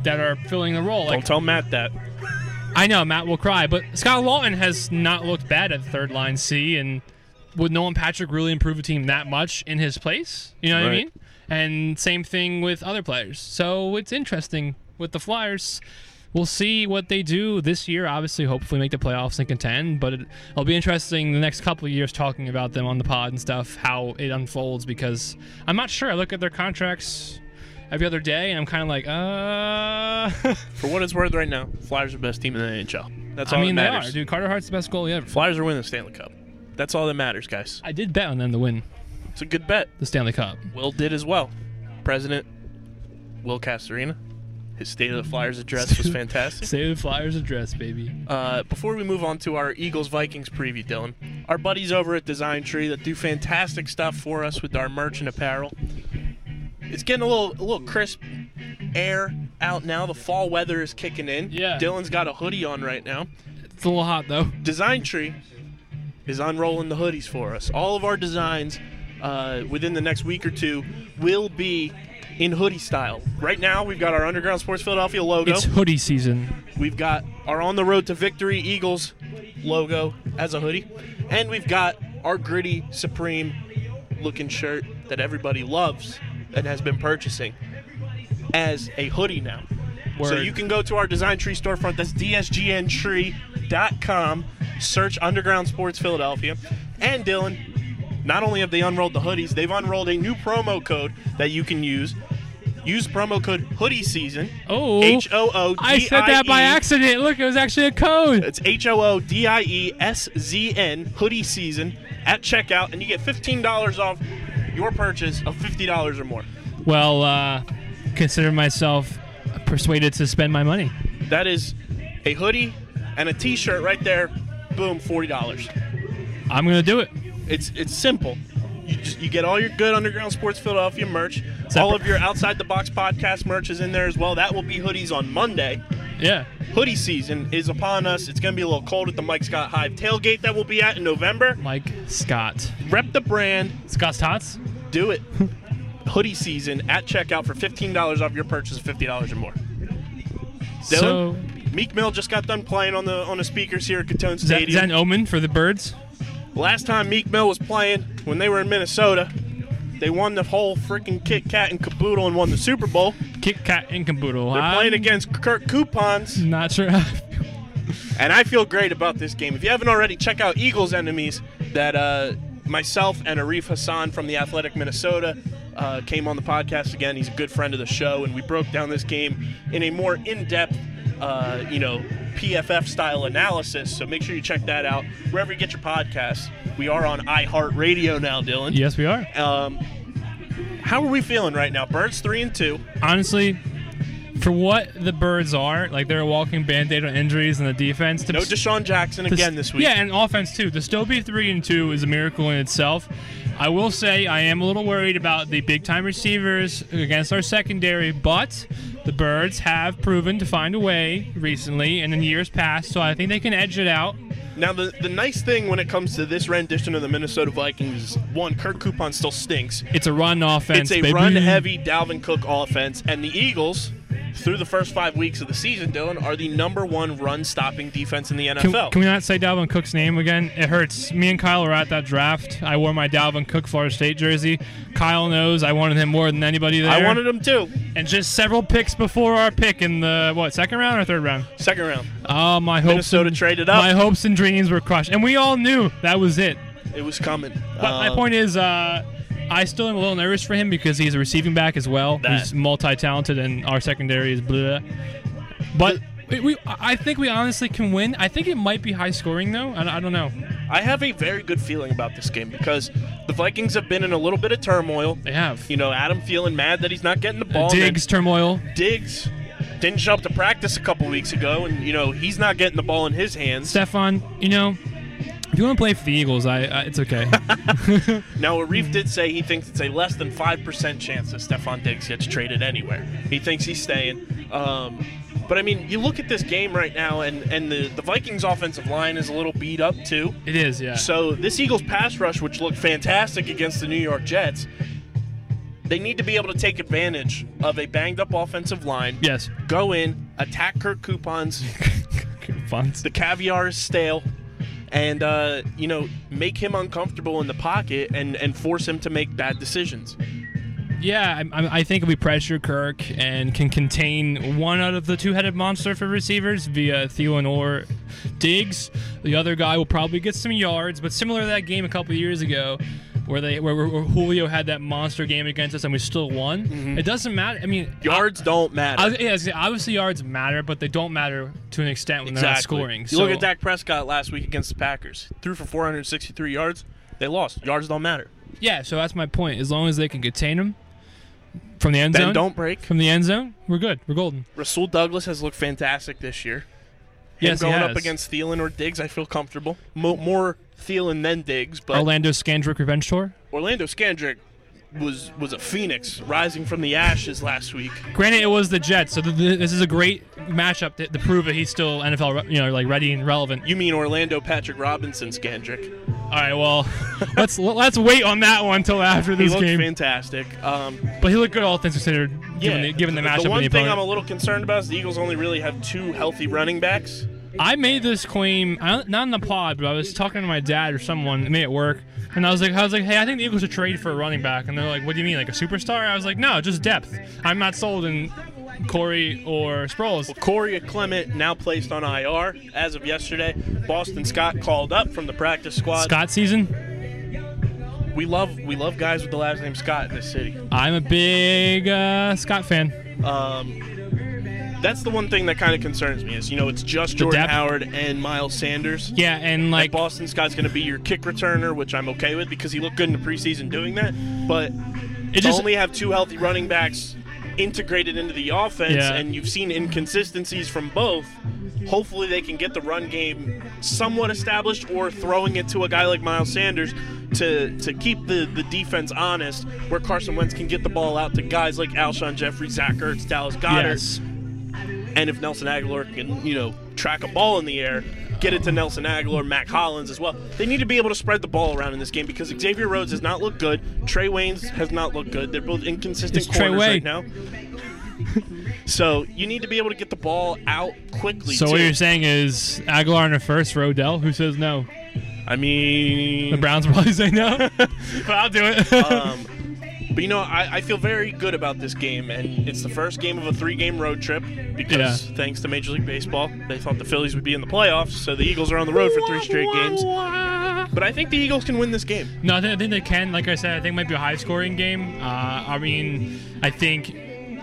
D: that are filling the role? Like,
E: Don't tell Matt that.
D: I know Matt will cry, but Scott Lawton has not looked bad at third line C, and would Nolan Patrick really improve a team that much in his place? You know what I
E: Right.
D: mean? And same thing with other players. So it's interesting with the Flyers. We'll see what they do this year. Obviously, hopefully, make the playoffs and contend. But it, it'll be interesting the next couple of years talking about them on the pod and stuff, how it unfolds. Because I'm not sure. I look at their contracts every other day, and I'm kind of like, uh.
E: For what it's worth, right now, Flyers are the best team in the NHL. That's all
D: I mean,
E: that
D: they
E: matters.
D: are, dude. Carter Hart's the best goalie ever.
E: Flyers are winning the Stanley Cup. That's all that matters, guys.
D: I did bet on them to win
E: It's a good bet.
D: the Stanley Cup.
E: Will did as well. President Will Castorina. His State of the Flyers address was fantastic.
D: Save the Flyers address, baby.
E: Uh, before we move on to our Eagles Vikings preview, Dylan, our buddies over at Design Tree that do fantastic stuff for us with our merch and apparel. It's getting a little a little crisp air out now. The fall weather is kicking in.
D: Yeah.
E: Dylan's got a hoodie on right now.
D: It's a little hot though.
E: Design Tree is unrolling the hoodies for us. All of our designs uh, within the next week or two will be in hoodie style. Right now, we've got our Underground Sports Philadelphia logo.
D: It's hoodie season.
E: We've got our On the Road to Victory Eagles logo as a hoodie. And we've got our gritty Supreme looking shirt that everybody loves and has been purchasing as a hoodie now. So
D: Word.
E: you can go to our Design Tree storefront. That's dsgntree.com. Search Underground Sports Philadelphia. And Dylan, not only have they unrolled the hoodies, they've unrolled a new promo code that you can use. Use promo code hoodie season.
D: Oh,
E: H O O D I E.
D: I said that by accident. Look, it was actually a code.
E: It's H O O D I E S Z N hoodie season at checkout, and you get fifteen dollars off your purchase of fifty dollars or more.
D: Well, uh, consider myself persuaded to spend my money.
E: That is a hoodie and a T-shirt right there. Boom, forty dollars.
D: I'm gonna do it.
E: It's it's simple. You just you get all your good underground sports Philadelphia merch.
D: Separate.
E: All of your outside the box podcast merch is in there as well. That will be hoodies on Monday.
D: Yeah.
E: Hoodie season is upon us. It's going to be a little cold at the Mike Scott Hive tailgate that we'll be at in November.
D: Mike Scott.
E: Rep the brand.
D: Scott's Tots.
E: Do it. Hoodie season at checkout for fifteen dollars off your purchase of fifty dollars or more.
D: So
E: Meek Mill just got done playing on the on the speakers here at Catone
D: is that,
E: Stadium.
D: is that an omen for the birds?
E: Last time Meek Mill was playing when they were in Minnesota, they won the whole freaking Kit Kat and Caboodle and won the Super Bowl.
D: Kit Kat and Caboodle.
E: They're playing
D: I'm
E: against Kirk Coupons,
D: Not sure. how-
E: and I feel great about this game. If you haven't already, check out Eagles enemies that uh, myself and Arif Hassan from the Athletic Minnesota. Uh, came on the podcast again. He's a good friend of the show, and we broke down this game in a more in-depth, uh, you know, PFF-style analysis. So make sure you check that out wherever you get your podcasts. We are on iHeartRadio now, Dylan.
D: yes, we are.
E: Um, how are we feeling right now? Birds three and two.
D: honestly, for what the birds are, like they're a walking band-aid on injuries in the defense. To
E: No Deshaun Jackson
D: to-
E: again this week.
D: Yeah, and offense too. The Stobie three and two is a miracle in itself. I will say I am a little worried about the big time receivers against our secondary, but the birds have proven to find a way recently and in years past, so I think they can edge it out.
E: Now the the nice thing when it comes to this rendition of the Minnesota Vikings is one, Kirk Coupon still stinks.
D: It's a run offense.
E: It's a
D: baby.
E: run heavy Dalvin Cook offense, and the Eagles. Through the first five weeks of the season, Dylan are the number one run-stopping defense in the
D: Can,
E: NFL.
D: can we not say Dalvin Cook's name again? It hurts. Me and Kyle were at that draft. I wore my Dalvin Cook Florida State jersey. Kyle knows I wanted him more than anybody there.
E: I wanted them too.
D: and just several picks before our pick in the what second round or third round.
E: Second round,
D: Oh, my hopes.
E: Minnesota
D: and,
E: traded up.
D: My hopes and dreams were crushed, and we all knew that was it.
E: it was coming.
D: But my
E: Um,
D: point is, uh, I still am a little nervous for him because he's a receiving back as well.
E: That.
D: He's multi-talented, and our secondary is blah. But. We, we, I think we honestly can win. I think it might be high scoring though. I, I don't know.
E: I have a very good feeling about this game because the Vikings have been in a little bit of turmoil.
D: They have.
E: You know, Adam feeling mad that he's not getting the ball.
D: Diggs turmoil.
E: And Diggs didn't show up to practice a couple weeks ago, and you know he's not getting the ball in his hands.
D: Stefan, you know, if you want to play for the Eagles, I, I it's okay.
E: Now, Arif did say he thinks it's a less than five percent chance that Stephon Diggs gets traded anywhere. He thinks he's staying. Um, But I mean, you look at this game right now, and, and the, the Vikings' offensive line is a little beat up, too.
D: It is, yeah.
E: So this Eagles pass rush, which looked fantastic against the New York Jets, they need to be able to take advantage of a banged up offensive line.
D: yes.
E: Go in, attack Kirk Coupons.
D: Funds.
E: the caviar is stale, and uh, you know make him uncomfortable in the pocket and and force him to make bad decisions.
D: Yeah, I, I I think we pressure Kirk and can contain one out of the two-headed monster for receivers via Thielen or Diggs. The other guy will probably get some yards, but similar to that game a couple years ago, where they where, where Julio had that monster game against us and we still won. It doesn't matter. I mean,
E: Mm-hmm. Yards don't matter.
D: I, I- yeah, see, obviously yards matter, but they don't matter to an extent when they're not scoring.
E: You
D: So
E: look at Dak Prescott last week against the Packers. Threw for 463 yards. They lost. Yards don't matter.
D: Yeah, so that's my point. As long as they can contain him from the end
E: Then
D: zone,
E: don't break.
D: from the end zone, we're good. We're golden.
E: Rasul Douglas has looked fantastic this year. Him
D: yes, he
E: going
D: has.
E: up against Thielen or Diggs, I feel comfortable. Mo- more Thielen than Diggs, but
D: Orlando Scandrick Revenge Tour.
E: Orlando Scandrick was was a phoenix rising from the ashes last week.
D: Granted, it was the Jets, so th- th- this is a great matchup to, to prove that he's still NFL, re- you know, like ready and relevant.
E: You mean Orlando Patrick Robinson Scandrick?
D: All right, well, let's let's wait on that one until after
E: He
D: this
E: looked
D: game.
E: fantastic. Um,
D: but he looked good, all things considered,
E: yeah,
D: given the, given the
E: the
D: matchup.
E: The one
D: and the
E: thing
D: opponent.
E: I'm a little concerned about is the Eagles only really have two healthy running backs.
D: I made this claim I don't- not in the pod, but I was talking to my dad or someone, maybe at work, and I was like, I was like, hey, I think the Eagles should trade for a running back, and they're like, what do you mean, like a superstar? I was like, no, just depth. I'm not sold in Corey or Sproles.
E: Corey Clement now placed on IR as of yesterday. Boston Scott called up from the practice squad.
D: Scott season.
E: We love we love guys with the last name Scott in this city.
D: I'm a big uh, Scott fan.
E: Um, that's the one thing that kind of concerns me is you know it's just Jordan
D: depth.
E: Howard and Miles Sanders.
D: Yeah, and
E: Like
D: like
E: Boston Scott's going to be your kick returner, which I'm okay with because he looked good in the preseason doing that. But
D: it
E: to
D: just
E: only have two healthy running backs integrated into the offense,
D: Yeah.
E: and you've seen inconsistencies from both. Hopefully, they can get the run game somewhat established, or throwing it to a guy like Miles Sanders to to keep the, the defense honest, where Carson Wentz can get the ball out to guys like Alshon Jeffrey, Zach Ertz, Dallas Goddard,
D: yes.
E: and if Nelson Aguilar can you know track a ball in the air. Get it to Nelson Aguilar, Mac Hollins as well. They need to be able to spread the ball around in this game because Xavier Rhodes has not looked good. Trey Waynes has not looked good. They're both inconsistent
D: It's Trey
E: corners
D: Wayne.
E: right now. so you need to be able to get the ball out quickly.
D: So
E: too.
D: what you're saying is Aguilar in the first for Odell, who says no?
E: I
D: The
E: mean,
D: Browns probably say no, but I'll do it.
E: um, but you know, I, I feel very good about this game, and it's the first game of a three-game road trip because thanks to Major League Baseball, they thought the Phillies would be in the playoffs, so the Eagles are on the road for three straight games. But I think the Eagles can win this game.
D: No, I think, I think they can. Like I said, I think it might be a high-scoring game. Uh, I mean, I think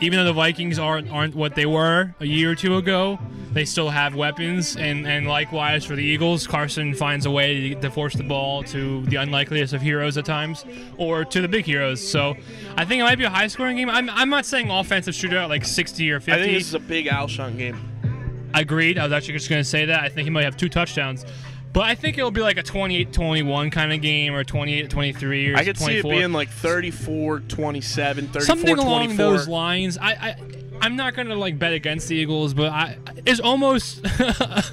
D: even though the Vikings aren't aren't what they were a year or two ago, they still have weapons. And and likewise for the Eagles, Carson finds a way to, to force the ball to the unlikeliest of heroes at times, or to the big heroes. So I think it might be a high-scoring game. I'm, I'm not saying offensive shootout like 60 or 50.
E: I think this is a big Alshon game.
D: Agreed. I was actually just going to say that. I think he might have two touchdowns. But I think it'll be like a 28-21 kind of game or 28-23 or
E: I could see it
D: 24.
E: being like 34 27, 34
D: Something along
E: 24.
D: those lines. I, I I'm not going to like bet against the Eagles, but I it's almost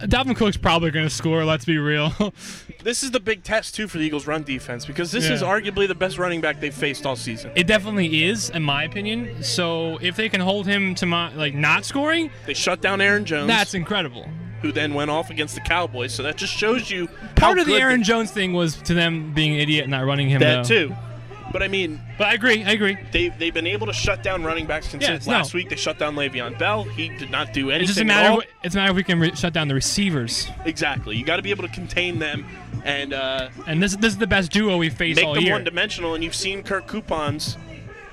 D: Dalvin Cook's probably going to score, let's be real.
E: This is the big test, too, for the Eagles' run defense because this
D: Yeah.
E: is arguably the best running back they've faced all season.
D: it definitely is in my opinion. So if they can hold him to my like not scoring,
E: They shut down Aaron Jones,
D: that's incredible.
E: who then went off against the Cowboys. So that just shows you
D: Part
E: how
D: of the
E: good
D: Aaron Jones thing was to them being an idiot and not running him
E: that
D: though.
E: too. But I mean,
D: But I agree, I agree.
E: they they've been able to shut down running backs. Considered
D: Yes, no.
E: last week they shut down Le'Veon Bell. He did not do anything.
D: It's just a
E: at
D: matter.
E: all.
D: Of, it's a matter if we can re- shut down the receivers,
E: exactly. You got to be able to contain them and uh,
D: and this this is the best duo we faced
E: make
D: all
E: them
D: year.
E: one dimensional. And you've seen Kirk Coupons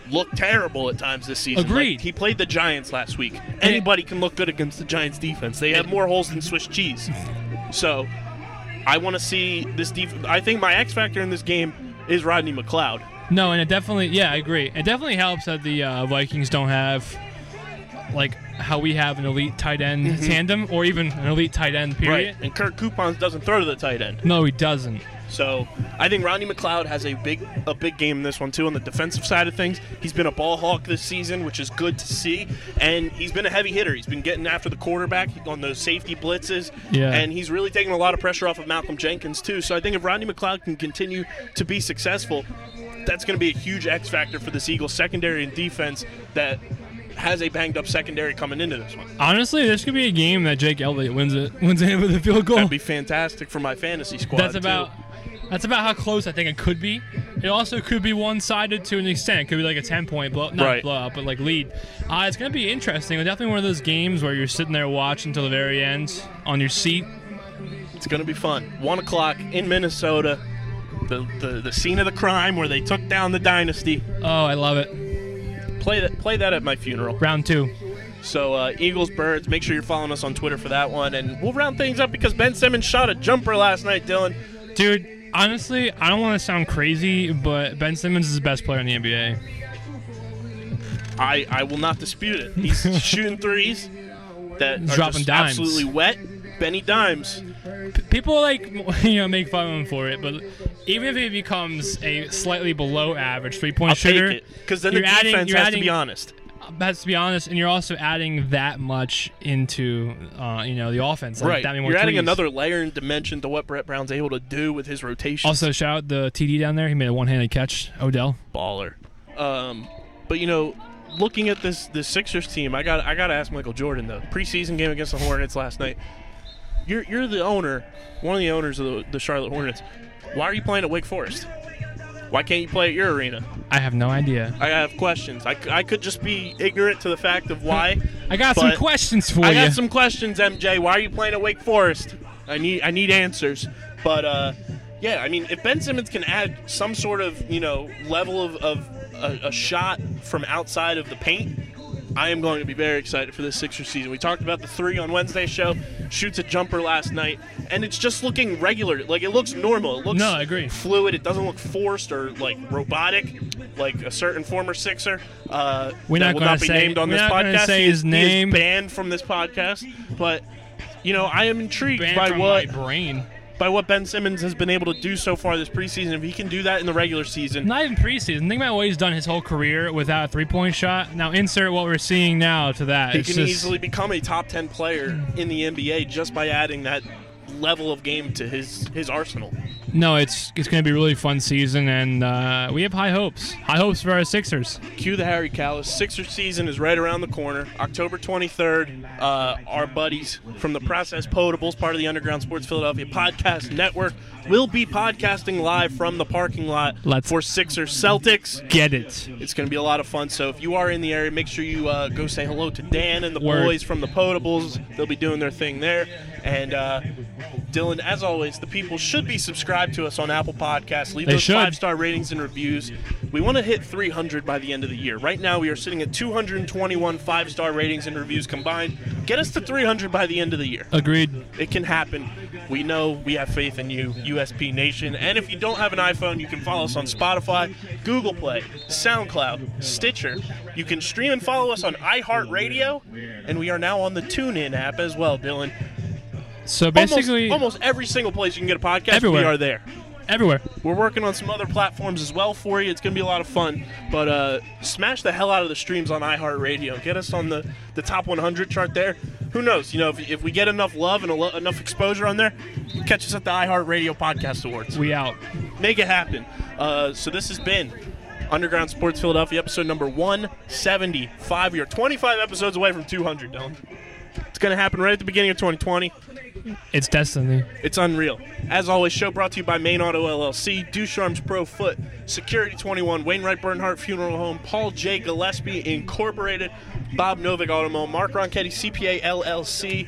E: look terrible at times this season.
D: Agreed.
E: Like, he played the Giants last week. Anybody can look good against the Giants defense. They have more holes than Swiss cheese. So I want to see this def- I think my X factor in this game is Rodney McLeod.
D: no, and it definitely, yeah, I agree. It definitely helps that the uh, Vikings don't have like how we have an elite tight end
E: Mm-hmm.
D: tandem, or even an elite tight end. Period.
E: And Kirk Coupons doesn't throw to the tight end.
D: No, he doesn't.
E: So I think Rodney McLeod has a big a big game in this one too on the defensive side of things. He's been a ball hawk this season, which is good to see, and he's been a heavy hitter. He's been getting after the quarterback on those safety blitzes,
D: Yeah.
E: and he's really taking a lot of pressure off of Malcolm Jenkins too. So I think if Rodney McLeod can continue to be successful, that's going to be a huge X factor for this Eagles secondary and defense that has a banged up secondary coming into this one.
D: Honestly, this could be a game that Jake Elliott wins it wins it with a field goal.
E: That'd be fantastic for my fantasy squad.
D: that's
E: too.
D: about that's about how close I think it could be. It also could be one sided to an extent. It could be like a ten point blow not
E: Right.
D: blowout, but like lead. Uh, it's gonna be interesting. It's definitely one of those games where you're sitting there watching till the very end on your seat.
E: It's going to be fun. One o'clock in Minnesota, the, the the scene of the crime where they took down the dynasty.
D: Oh, I love it.
E: Play that play that at my funeral.
D: Round two.
E: So uh, Eagles birds, make sure you're following us on Twitter for that one, and we'll round things up because Ben Simmons shot a jumper last night. Dylan,
D: Dude, honestly, I don't want to sound crazy, but Ben Simmons is the best player in the NBA.
E: I I will not dispute it. He's shooting threes that are
D: Dropping
E: just
D: dimes.
E: absolutely wet. Benny Dimes.
D: people like you know make fun of him for it, but even if he becomes a slightly below average three point
E: I'll
D: shooter,
E: take it because then
D: you're
E: the
D: adding-
E: defense
D: you're
E: has
D: adding-
E: to be honest.
D: That's to be honest, and you're also adding that much into uh, you know the offense. Like,
E: right,
D: that many more
E: you're adding
D: threes.
E: another layer and dimension to what Brett Brown's able to do with his rotation.
D: Also, shout out the TD down there. He made a one handed catch. Odell.
E: baller. Um, but you know, looking at this this Sixers team, I got I got to ask Michael Jordan though. Preseason game against the Hornets last night. You're you're the owner, one of the owners of the, the Charlotte Hornets. Why are you playing at Wake Forest? Why can't you play at your arena?
D: I have no idea.
E: I have questions. I, c- I could just be ignorant to the fact of why.
D: I got
E: But
D: some questions for
E: I
D: you.
E: got some questions, MJ. Why are you playing at Wake Forest? I need I need answers. But uh, yeah, I mean, if Ben Simmons can add some sort of you know level of, of a, a shot from outside of the paint, I am going to be very excited for this Sixers season. We talked about the three on Wednesday's show. Shoots a jumper last night, and it's just looking regular. Like it looks normal. It looks
D: No, I agree.
E: fluid. It doesn't look forced or like robotic, like a certain former Sixer. Uh,
D: We're
E: that
D: not
E: will
D: gonna
E: not be
D: say-
E: named on
D: we're
E: this
D: not gonna
E: podcast.
D: say
E: He
D: his
E: is- he is
D: name.
E: banned from this podcast, but you know I am intrigued
D: Banned
E: by
D: from
E: what
D: my brain.
E: by what Ben Simmons has been able to do so far this preseason. If he can do that in the regular season,
D: Not even preseason. Think about what he's done his whole career without a three point shot. Now insert what we're seeing now to that.
E: he
D: It's
E: can
D: just-
E: easily become a top ten player in the NBA just by adding that level of game to his his arsenal.
D: No, it's it's going to be a really fun season, and uh, we have high hopes. High hopes for our Sixers.
E: Cue the Harry Callis. Sixers season is right around the corner. October 23rd, uh, our buddies from the Process Potables, part of the Underground Sports Philadelphia Podcast Network, will be podcasting live from the parking lot
D: Let's-
E: for Sixers Celtics.
D: Get it.
E: It's going to be a lot of fun. So if you are in the area, make sure you uh, go say hello to Dan and the
D: Word.
E: boys from the Potables. They'll be doing their thing there. And uh, Dylan, as always, the people should be subscribed to us on Apple Podcasts. Leave
D: They
E: those
D: should.
E: five star ratings and reviews. We want to hit 300 by the end of the year. Right now, we are sitting at 221 five star ratings and reviews combined. Get us to 300 by the end of the year.
D: Agreed.
E: It can happen. We know we have faith in you, USP Nation. And if you don't have an iPhone, you can follow us on Spotify, Google Play, SoundCloud, Stitcher. You can stream and follow us on iHeartRadio, and we are now on the TuneIn app as well, Dylan.
D: So basically,
E: almost, almost every single place you can get a podcast,
D: Everywhere.
E: we are there.
D: everywhere.
E: We're working on some other platforms as well for you. It's going to be a lot of fun. But uh, smash the hell out of the streams on iHeartRadio. Get us on the, the top 100 chart there. Who knows? You know, if, if we get enough love and a lo- enough exposure on there, catch us at the iHeartRadio Podcast Awards.
D: We out.
E: Make it happen. Uh, so this has been Underground Sports Philadelphia, episode number 175. We are 25 episodes away from 200, Dylan. It's going to happen right at the beginning of 2020.
D: It's destiny.
E: It's unreal. As always, show brought to you by Main Auto LLC, Ducharme's Pro Foot, Security 21, Wainwright Bernhardt Funeral Home, Paul J. Gillespie Incorporated, Bob Novick Automo, Mark Ronchetti CPA LLC,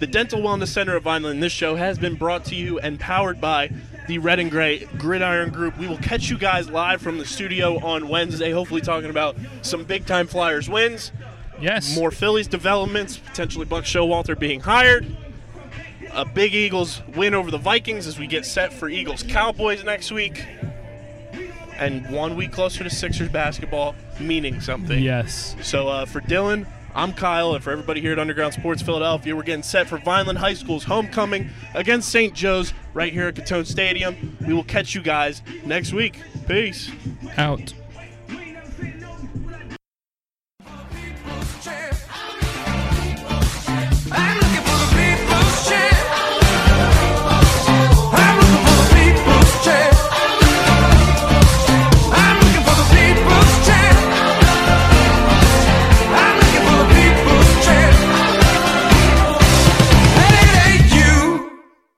E: the Dental Wellness Center of Vineland. This show has been brought to you and powered by the Red and Gray Gridiron Group. We will catch you guys live from the studio on Wednesday, hopefully talking about some big time Flyers wins,
D: Yes.
E: more Phillies developments, potentially Buck Showalter being hired a big Eagles win over the Vikings as we get set for Eagles Cowboys next week. And one week closer to Sixers basketball, meaning something.
D: Yes.
E: So uh, for Dylan, I'm Kyle, and for everybody here at Underground Sports Philadelphia, we're getting set for Vineland High School's homecoming against St. Joe's right here at Catone Stadium. We will catch you guys next week. Peace.
D: Out.